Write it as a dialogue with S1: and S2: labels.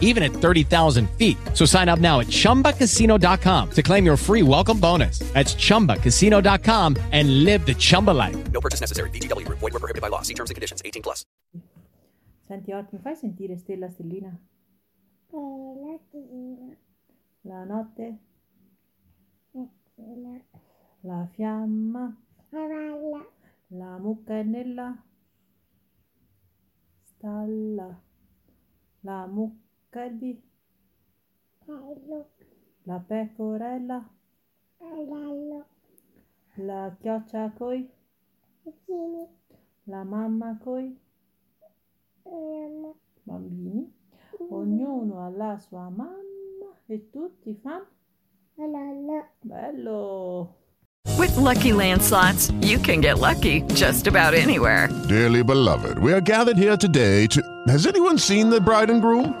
S1: even at 30,000 feet. So sign up now at chumbacasino.com to claim your free welcome bonus. That's chumbacasino.com and live the Chumba life.
S2: No purchase necessary. VGW Group. Void were prohibited by law. See terms and conditions. 18 plus.
S3: Santi, ahora me fai sentire Stella Stellina?
S4: Bella tira,
S3: La notte,
S4: la
S3: la fiamma,
S4: cavalla,
S3: la mucca è nella stalla, la mucca è di,
S4: bello,
S3: la pecorella,
S4: bello,
S3: la chioccia coi,
S4: vicini,
S3: la mamma coi
S4: mamma,
S3: bambini. Ognuno ha la sua mamma e tutti fanno
S4: la nonna,
S3: bello.
S5: With Lucky Land slots, you can get lucky just about anywhere.
S6: Dearly beloved, we are gathered here today to. Has anyone seen the bride and groom?